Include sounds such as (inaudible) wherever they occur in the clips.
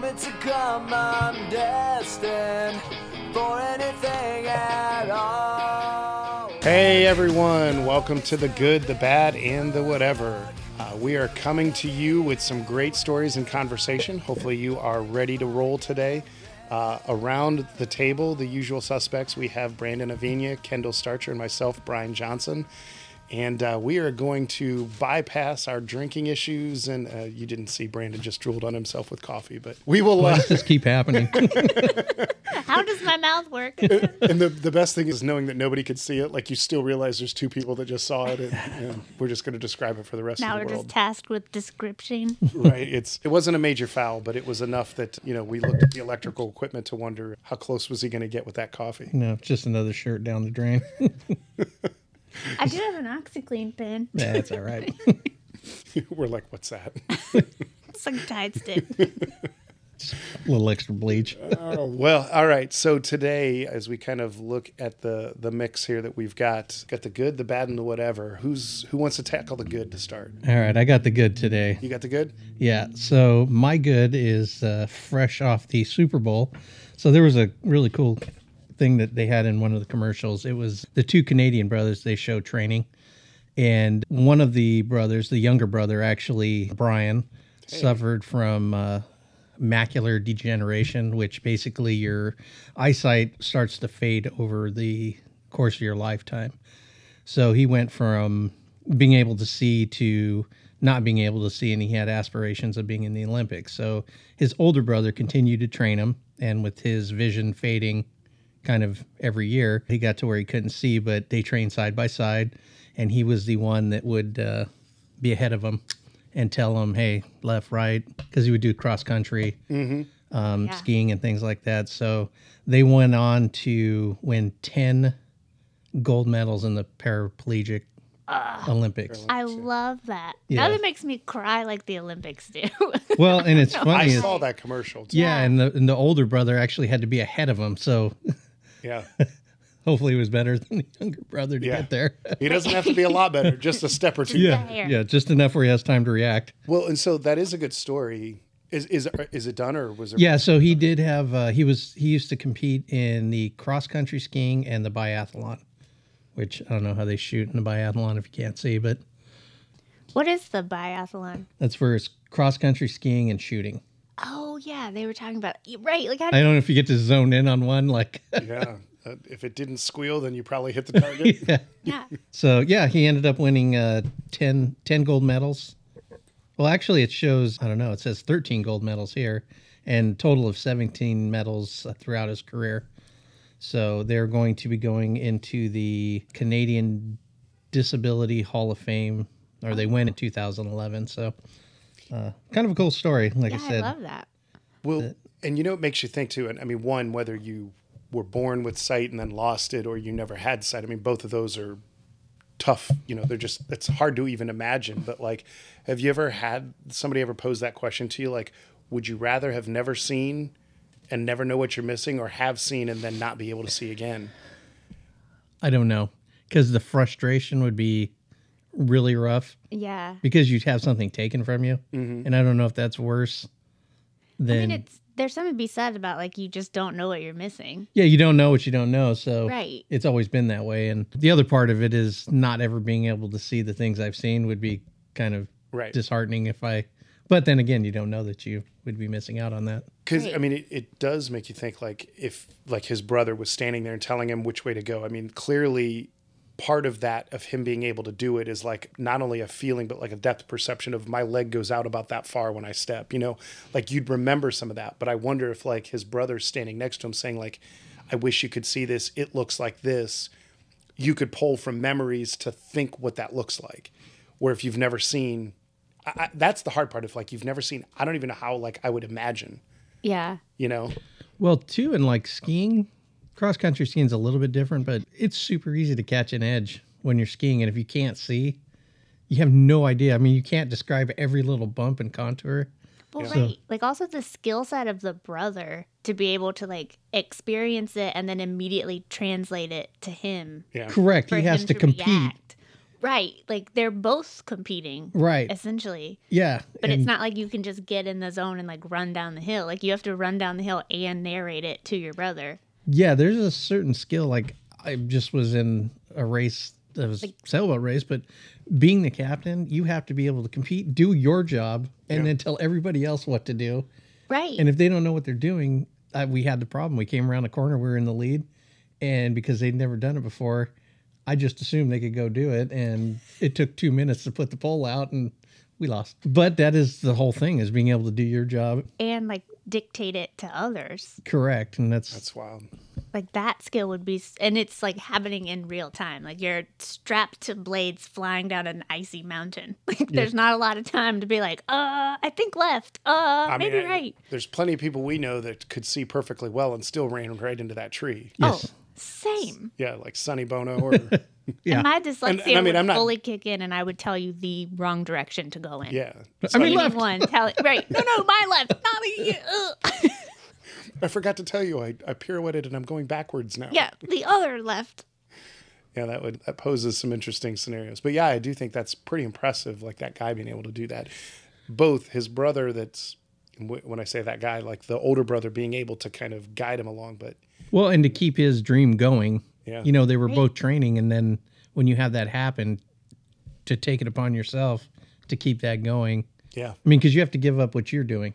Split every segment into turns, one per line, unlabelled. come destined for anything at all.
Hey everyone, welcome to the good, the bad, and the whatever. Uh, we are coming to you with some great stories and conversation. Hopefully, you are ready to roll today. Uh, around the table, the usual suspects we have Brandon Avina, Kendall Starcher, and myself, Brian Johnson. And uh, we are going to bypass our drinking issues. And uh, you didn't see Brandon just drooled on himself with coffee, but we will. Uh,
Let's just keep happening. (laughs)
How does my mouth work?
and the, the best thing is knowing that nobody could see it. Like you still realize there's two people that just saw it, and, and we're just going to describe it for the rest
now
of
we're
the
just
world.
tasked with description.
right? It's it wasn't a major foul, but it was enough that you know we looked at the electrical equipment to wonder how close was he going to get with that coffee. (laughs)
no, just another shirt down the drain. (laughs)
I do have an OxyClean pen. (laughs)
That's all right. (laughs)
we're like, what's that? (laughs)
Sometimes it.
A little extra bleach.
oh, well, all right. So today, as we kind of look at the the mix here that we've got, got the good, the bad, and the whatever. Who's who wants to tackle the good to start?
All right, I got the good today.
You got the good?
Yeah, so my good is uh, fresh off the Super Bowl. So there was a really cool thing that they had in one of the commercials. It was the two Canadian brothers, they show training. And one of the brothers, the younger brother, actually, Brian, suffered from uh, macular degeneration, which basically your eyesight starts to fade over the course of your lifetime. So he went from being able to see to not being able to see, and he had aspirations of being in the Olympics. So his older brother continued to train him, and with his vision fading kind of every year, he got to where he couldn't see, but they trained side by side, and he was the one that would uh, be ahead of him and tell him, hey, left, right, because he would do cross country
Mm-hmm.
um,
Yeah.
skiing and things like that. So they went on to win 10 gold medals in the paraplegic
Ah.
Olympics.
(laughs) I love that.
Yeah.
Now that makes me cry like the Olympics do. (laughs)
Well, and
(laughs)
it's
I
funny. is-
saw that commercial. Too.
yeah, and the, and the older brother actually had to be ahead of him. So (laughs)
Yeah,
hopefully it was better than the younger brother to
Yeah.
get there.
he doesn't have to be a lot better, just a step or two.
Yeah. Fair.
yeah, just enough where he has time to react.
Well, and so that is a good story. Is is is it done or was there?
Yeah, so he did have, uh, he was, he used to compete in the cross country skiing and the biathlon, which I don't know how they shoot in the biathlon if you can't see, but
what is the biathlon?
that's where it's cross country skiing and shooting.
Oh yeah, they were talking about y- right. Like
I
I,
don't know if you get to zone in on one, like,
Yeah. Uh, if it didn't squeal, then you probably hit the
(laughs)
target.
yeah.
yeah,
So yeah, he ended up winning uh, 10, 10 gold medals. Well, actually, it shows I don't know. It says thirteen gold medals here, and total of seventeen medals uh, throughout his career. So they're going to be going into the Canadian Disability Hall of Fame, or they went in 2011. So, uh, kind of a cool story. Like
yeah,
I
I
said,
love that.
Well, and you know, it makes you think too. And I mean, one, whether you were born with sight and then lost it, or you never had sight. I mean, both of those are tough. You know, they're just, it's hard to even imagine. But like, have you ever had somebody ever pose that question to you? Like, would you rather have never seen and never know what you're missing or have seen and then not be able to see again?
I don't know because the frustration would be really rough.
Yeah,
because you'd have something taken from you, and I don't know if that's worse than
I mean it's there's something to be said about like you just don't know what you're missing.
yeah, you don't know what you don't know, so
Right.
it's always been that way. And the other part of it is not ever being able to see the things I've seen would be kind of
Right.
disheartening if I. But then again, you don't know that you would be missing out on that.
Because I
Right.
mean, it, it does make you think. Like if like his brother was standing there and telling him which way to go. I mean, clearly, part of that of him being able to do it is like not only a feeling but like a depth perception of my leg goes out about that far when I step. You know, like you'd remember some of that. But I wonder if like his brother standing next to him saying like, "I wish you could see this. It looks like this." You could pull from memories to think what that looks like. Where if you've never seen. I, I, that's the hard part. If like you've never seen, I don't even know how. Like I would imagine,
Yeah,
you know
Well, too, and like skiing, cross country skiing's a little bit different, but it's super easy to catch an edge when you're skiing. And if you can't see, you have no idea. I mean, you can't describe every little bump and contour.
Well,
So-
right. Like also the skill set of the brother to be able to like experience it and then immediately translate it to him.
yeah
Correct.
For
He has
him
to compete.
react. right. Like they're both competing,
Right.
essentially.
Yeah.
But
and-
it's not like you can just get in the zone and like run down the hill. Like you have to run down the hill and narrate it to your brother.
Yeah, there's a certain skill. Like I just was in a race that was sailboat race, but being the captain, you have to be able to compete, do your job, and then tell everybody else what to do.
Right.
And if they don't know what they're doing, I, we had the problem. We came around the corner, we were in the lead, and because they'd never done it before, I just assumed they could go do it, and it took two minutes to put the pole out, and we lost. But that is the whole thing: is being able to do your job
and like dictate it to others.
correct, and that's,
That's wild.
Like that skill would be, and it's like happening in real time. Like you're strapped to blades flying down an icy mountain. (laughs) Like there's not a lot of time to be like, uh, I think left, uh,
I
maybe
I-
right.
There's plenty of people we know that could see perfectly well and still ran right into that tree.
yes,
Oh, same.
Yeah, like Sonny Bono (laughs) or
yeah.
And (laughs) my dyslexia
And- and I mean,
would
I'm not-
fully kick in, and I would tell you the wrong direction to go in.
yeah.
I mean,
Give me
left.
one. Tell it right. No,
(laughs)
no, my left. Not the. Uh,
I forgot to tell you, I, I pirouetted and I'm going backwards now.
yeah, the other left.
Yeah, that would that poses some interesting scenarios. But yeah, I do think that's pretty impressive. Like that guy being able to do that. Both his brother, that's wh- when I say that guy, like the older brother being able to kind of guide him along. But
Well, and to keep his dream going,
Yeah.
you know, they were both training, and then when you have that happen, to take it upon yourself to keep that going.
yeah,
I mean, because you have to give up what you're doing.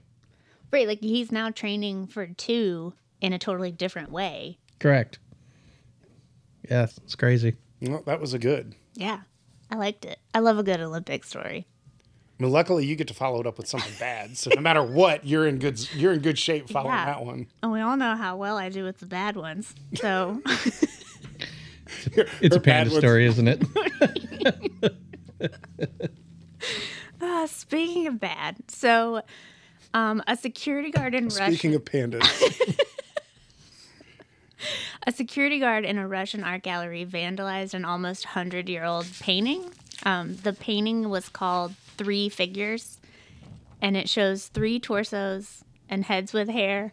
Right. Like he's now training for two in a totally different way.
Correct. Yeah, it's crazy.
well, that was a good.
Yeah, I liked it. I love a good Olympic story.
I mean, luckily you get to follow it up with something bad. So no matter what, you're in good you're in good shape following
Yeah.
that one.
And we all know how well I do with the bad ones. So
It's
Her
a panda
bad ones-
story, isn't it? (laughs)
uh, (laughs) speaking of bad, so um, a security guard in Russia,
Speaking of pandas,
a security guard in a Russian art gallery vandalized an almost hundred-year-old painting. Um, the painting was called Three Figures, and it shows three torsos and heads with hair.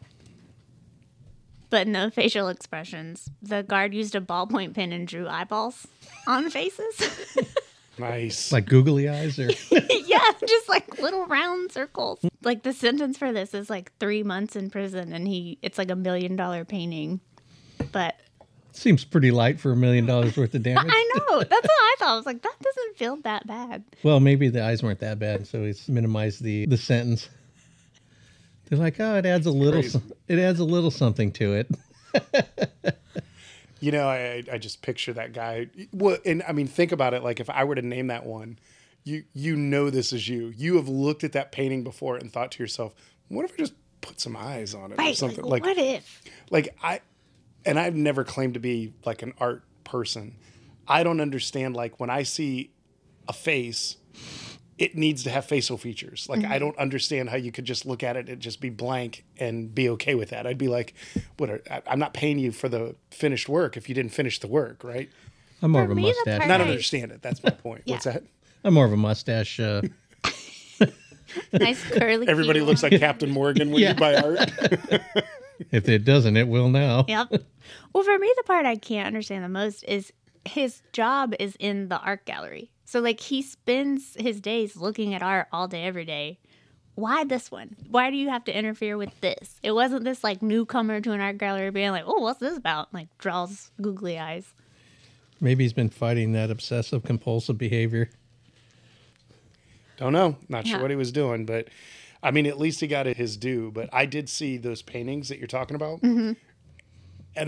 But no (laughs) facial expressions. The guard used a ballpoint pen and drew eyeballs on faces. (laughs)
nice.
like googly eyes, or
yeah, just like little round circles. Like the sentence for this is like three months in prison, and he it's like a million dollar painting. But
seems pretty light for a million dollars worth of damage.
I know that's what I thought. I was like, that doesn't feel that bad.
Well, maybe the eyes weren't that bad, so he's minimized the the sentence. They're like, oh, it adds a little,
crazy.
some- it adds a little something to it.
You know, I, I just picture that guy. Well, and I mean, think about it. Like, if I were to name that one, you you know this is you. You have looked at that painting before and thought to yourself, "What if I just put some eyes on it or
Right? Like,
something?" Like,
what
like,
if?
I, and I've never claimed to be like an art person. I don't understand. Like when I see a face, it needs to have facial features. Like I don't understand how you could just look at it and just be blank and be okay with that. I'd be like, "What? Are, I, I'm not paying you for the finished work if you didn't finish the work, right?"
I'm more of
For
a
me, the
mustache.
I
part-
don't
Right.
understand it. That's my point. What's that?
I'm more of a mustache. Uh,
Nice
(laughs)
curly.
Everybody
heel.
looks
(laughs)
like Captain Morgan when
Yeah.
you buy art.
if it doesn't, it will now.
Yep. Well, for me, the part I can't understand the most is his job is in the art gallery. So, like, he spends his days looking at art all day, every day. Why this one? Why do you have to interfere with this? It wasn't this like newcomer to an art gallery being like, "Oh, what's this about?" And, like draws googly eyes.
Maybe he's been fighting that obsessive compulsive behavior.
Don't know. Not sure
Yeah.
what he was doing, but I mean, at least he got his due. But I did see those paintings that you're talking about, and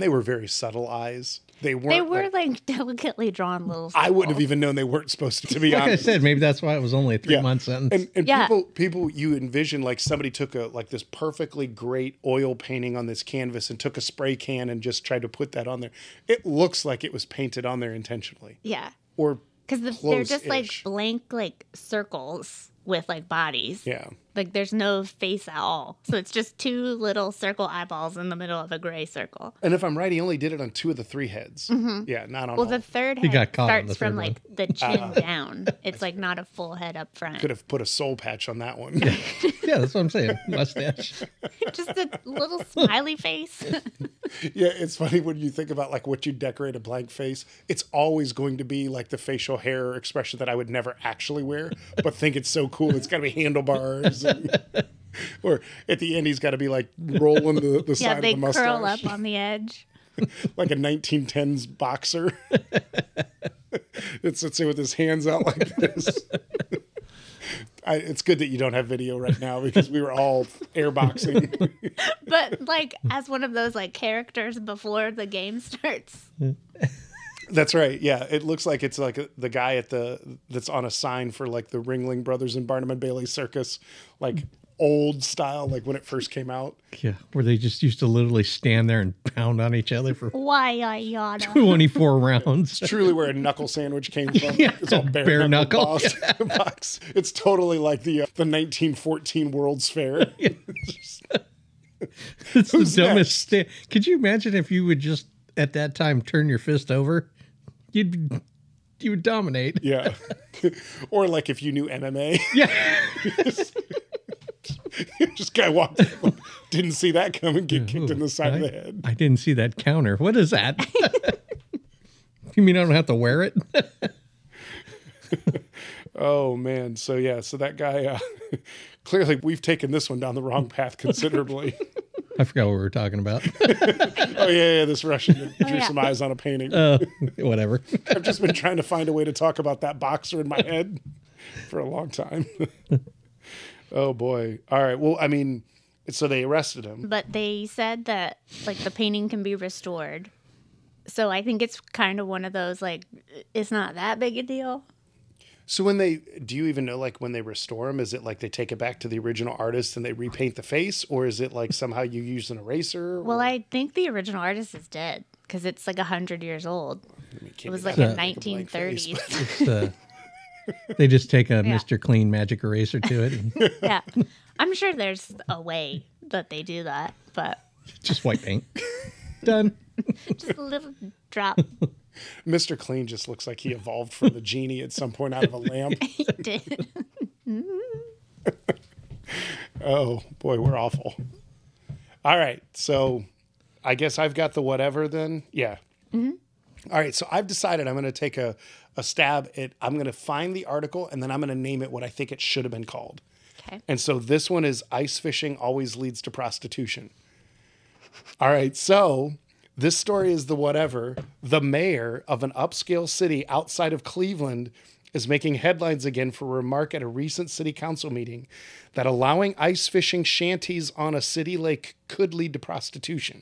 they were very subtle eyes. They weren't.
Mm-hmm. They were
like-
like (laughs) delicately drawn little.
I wouldn't
circles.
have even known they weren't supposed to. To be
Like I (laughs)
honest,
said, maybe that's why it was only a three
Um, Yeah.
month sentence.
And, and
Yeah.
people, people, you envision like somebody took a like this perfectly great oil painting on this canvas and took a spray can and just tried to put that on there. It looks like it was painted on there intentionally,
Yeah,
or
because the, they're just like
Close-ish.
blank like circles with like bodies.
yeah,
Like there's no face at all. So it's just two little circle eyeballs in the middle of a gray circle.
And if I'm right, he only did it on two of the three heads. Yeah, not on
Mm-hmm. Well,
all.
the third
Oh. He
head
got caught on
starts
the third
from
one. Ah. (laughs)
like the chin down. It's like not a full head up front.
Could have put a soul patch on that one.
Yeah, that's what I'm saying. (laughs) Mustache.
just a little
(laughs)
smiley face.
(laughs) Yeah, it's funny when you think about like what you decorate a blank face. It's always going to be like the facial hair expression that I would never actually wear, but think it's so cool. It's got to be handlebars. (laughs) and- or at the end, he's got to be like rolling the, the
(laughs) yeah,
side
they
of the mustache
curl up on the edge.
(laughs) like a 1910s boxer. (laughs) it's let's see with his hands out like this. (laughs) I, it's good that you don't have video right now because we were all airboxing.
But like as one of those like characters before the game starts.
That's right. Yeah, it looks like it's like the guy at the that's on a sign for like the Ringling Brothers and Barnum and Bailey Circus, like old style, like when it first came out.
Yeah, where they just used to literally stand there and pound on each other for (laughs)
Why I yada.
(laughs)
24 rounds.
Truly, where a knuckle sandwich came
(laughs)
from. it's all bare,
bare
knuckle,
knuckle. (laughs)
box- (laughs) box. It's totally like the uh, the 1914 World's
(laughs)
Fair.
It's the
Who's
dumbest. Sta- Could you imagine if you would just at that time turn your fist over? You'd be- you would dominate.
Yeah, (laughs) or like if you knew MMA.
(laughs)
(laughs)
Yeah.
Just guy walked, in, didn't see that come and get kicked in the side of
I,
the head.
I didn't see that counter. What is that? (laughs) you mean I don't have to wear it?
Oh man, so yeah, so that guy. Uh, (laughs) clearly, we've taken this one down the wrong path considerably.
I forgot what we were talking about. (laughs)
oh yeah, yeah, this Russian that drew
Oh, yeah.
some eyes on a painting.
Uh, whatever.
I've just been trying to find a way to talk about that boxer in my head (laughs) for a long time. (laughs) oh boy. All right. Well, I mean, so they arrested him.
But they said that like the painting can be restored. So I think it's kind of one of those like it's not that big a deal.
So when they do you even know like when they restore him, is it like they take it back to the original artist and they repaint the face, or is it like somehow you use an eraser?
Well,
or,
I think the original artist is dead because it's like a hundred years old. It was like
that
in
big a blank face, (laughs)
1930s.
It's, uh, (laughs) they just take a Mr. Clean magic eraser to it and
(laughs)
(laughs)
yeah, I'm sure there's a way that they do that, but
just white paint. Done.
just a little drop (laughs)
Mr. Clean just looks like he evolved from the genie at some point out of a lamp.
did.
Oh boy, we're awful. All right, so I guess I've got the whatever then. Yeah. All right, so I've decided I'm going to take a, a stab at. I'm going to find the article and then I'm going to name it what I think it should have been called.
Okay.
And so this one is ice fishing always leads to prostitution. All right, so this story is the whatever. The mayor of an upscale city outside of Cleveland is making headlines again for a remark at a recent city council meeting that allowing ice fishing shanties on a city lake could lead to prostitution.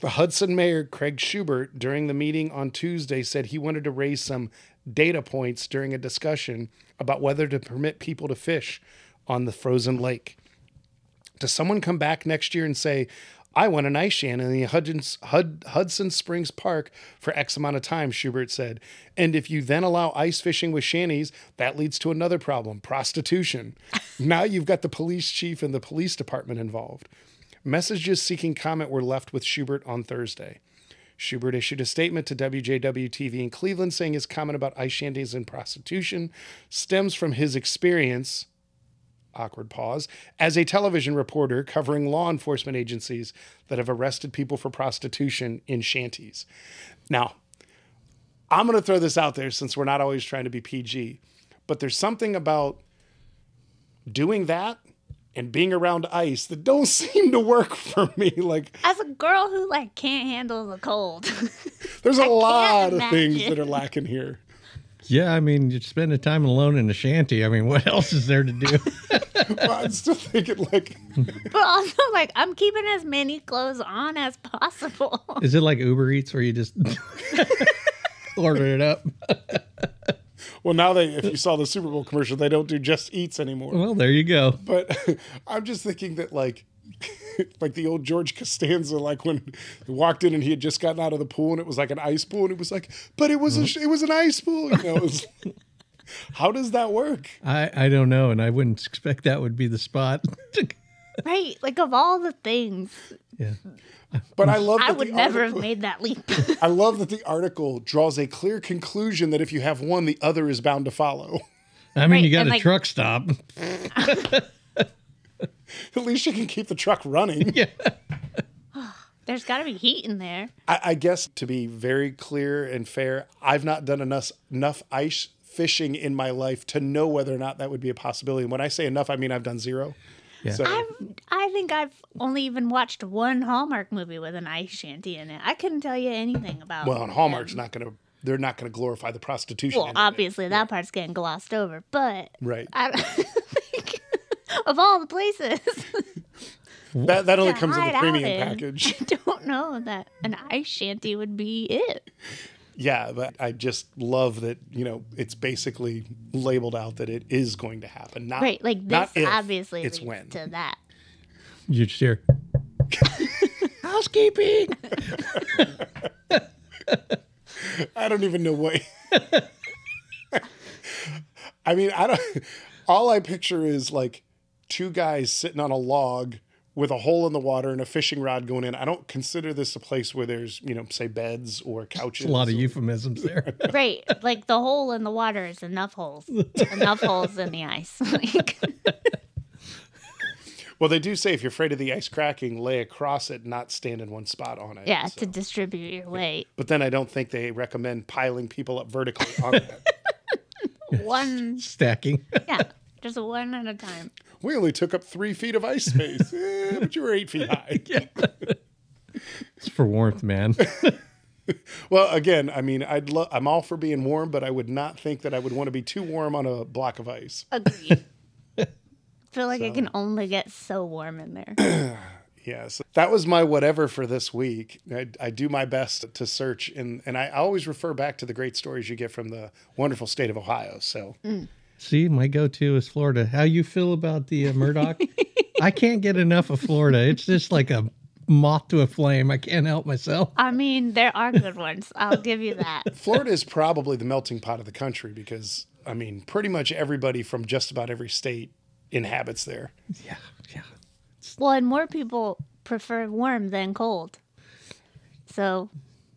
The Hudson mayor, Craig Schubert, during the meeting on Tuesday said he wanted to raise some data points during a discussion about whether to permit people to fish on the frozen lake. Does someone come back next year and say, I want an ice shan in the Hudson, Hud, Hudson Springs Park for X amount of time, Schubert said. And if you then allow ice fishing with shanties, that leads to another problem prostitution. (laughs) now you've got the police chief and the police department involved. Messages seeking comment were left with Schubert on Thursday. Schubert issued a statement to WJW TV in Cleveland saying his comment about ice shanties and prostitution stems from his experience awkward pause, as a television reporter covering law enforcement agencies that have arrested people for prostitution in shanties. Now, I'm going to throw this out there since we're not always trying to be PG, but there's something about doing that and being around ice that don't (laughs) seem to work for me. Like,
As a girl who like can't handle the cold, (laughs)
there's a lot of
imagine.
things that are lacking here.
Yeah, I mean, you're spending time alone in a shanty. I mean, what else is there to do?
But I'm still thinking, like,
but also like I'm keeping as many clothes on as possible.
(laughs)
(laughs)
Is it like Uber Eats where you just (laughs) order it up?
well, now they, if you saw the Super Bowl commercial, they don't do just eats anymore.
Well, there you go.
but (laughs) I'm just thinking that like (laughs) like the old George Costanza, like when he walked in and he had just gotten out of the pool and it was (laughs) like an ice pool and it was like, but it was a, sh- it was an ice pool, you know. It was, How does that work?
I, I don't know, and I wouldn't expect that would be the spot. (laughs)
right? Like of all the things,
yeah.
But I love.
I
that the
would never have
article-
made
(laughs)
that leap.
I love that the article draws a clear conclusion that if you have one, the other is bound to follow. (laughs)
I mean,
Right,
you got
and,
a
like-
truck stop.
At least you can keep the truck running.
There's got to be heat in there.
I, I guess to be very clear and fair, I've not done enough enough ice fishing in my life to know whether or not that would be a possibility. And when I say enough, I mean I've done zero.
Yeah.
So
I've, I think I've only even watched one Hallmark movie with an ice shanty in it. I couldn't tell you anything about.
well, and Hallmark's not going to they're not going to glorify the prostitution.
Well,
in it.
obviously that part's getting glossed over, but
Right.
I, (laughs) like, of all the places, (laughs)
That that only
to
comes in the
hide out
premium
in.
package.
I don't know that an ice shanty would be it.
Yeah, but I just love that, you know, it's basically labeled out that it is going to happen. Not
Right, like this
not if,
obviously
it's
leads
when.
to that.
You just hear housekeeping.
I don't even know what. (laughs) I mean, I don't. All I picture is like two guys sitting on a log with a hole in the water and a fishing rod going in. I don't consider this a place where there's, you know, say beds or couches.
A lot of euphemisms there. (laughs)
Right, like the hole in the water is
(laughs)
enough holes, enough holes in the ice. (laughs) Like,
Well, they do say if you're afraid of the ice cracking, lay across it, not stand in one spot on it.
yeah,
So-
to distribute your weight.
But then I don't think they recommend piling people up vertically
(laughs)
on that.
One,
Stacking. (laughs)
yeah, just one at a time.
We only took up three feet of ice space, Eh, but you were eight feet high.
It's for warmth, man.
Well, again, I mean, I'd lo- I'm all for being warm, but I would not think that I would want to be too warm on a block of ice.
Agreed. Feel like it can only get so warm in there. (coughs)
Yeah, so that was my whatever for this week. I, I do my best to search, and and I always refer back to the great stories you get from the wonderful state of Ohio. So
Mm.
See, my go-to is Florida. How you feel about the uh, (laughs) Murdoch? I can't get enough of Florida. It's just like a moth to a flame. I can't help myself.
I mean, there are good ones. I'll give you that.
Florida is probably the melting pot of the country because I mean, pretty much everybody from just about every state inhabits there.
Mm.
Yeah, yeah.
Well, and more people prefer warm than cold. So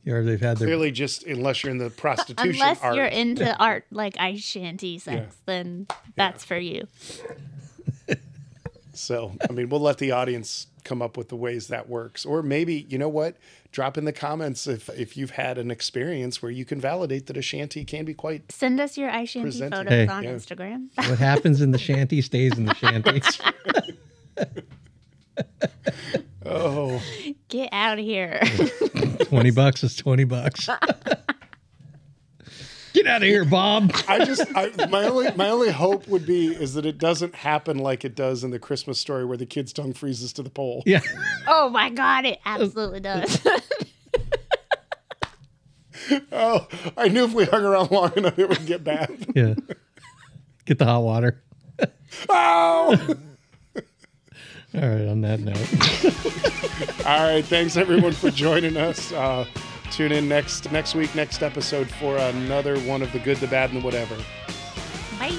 Or they've had their
Clearly, just unless you're in the prostitution
Uh, unless
art.
you're into art like ice shanty sex, then that's for you.
So, I mean, we'll let the audience come up with the ways that works. Or maybe, you know what? Drop in the comments if if you've had an experience where you can validate that a shanty can be quite
Send us your ice shanty
Presenting.
photos
Hey.
on
Yeah.
Instagram. (laughs)
what happens in the shanty stays (laughs) in the shanty.
oh
Get out of here.
twenty bucks is twenty (laughs) bucks. Get out of here, Bob.
I just I, my only my only hope would be is that it doesn't happen like it does in the Christmas story where the kid's tongue freezes to the pole.
(laughs) Yeah.
oh my God, it absolutely does.
Oh, I knew if we hung around long enough it would get bad.
Yeah. Get the hot water.
Oh.
All right, on that note.
All right, thanks everyone for joining us. Uh, tune in next next week next episode for another one of the good, the bad and the whatever.
(laughs) Bye.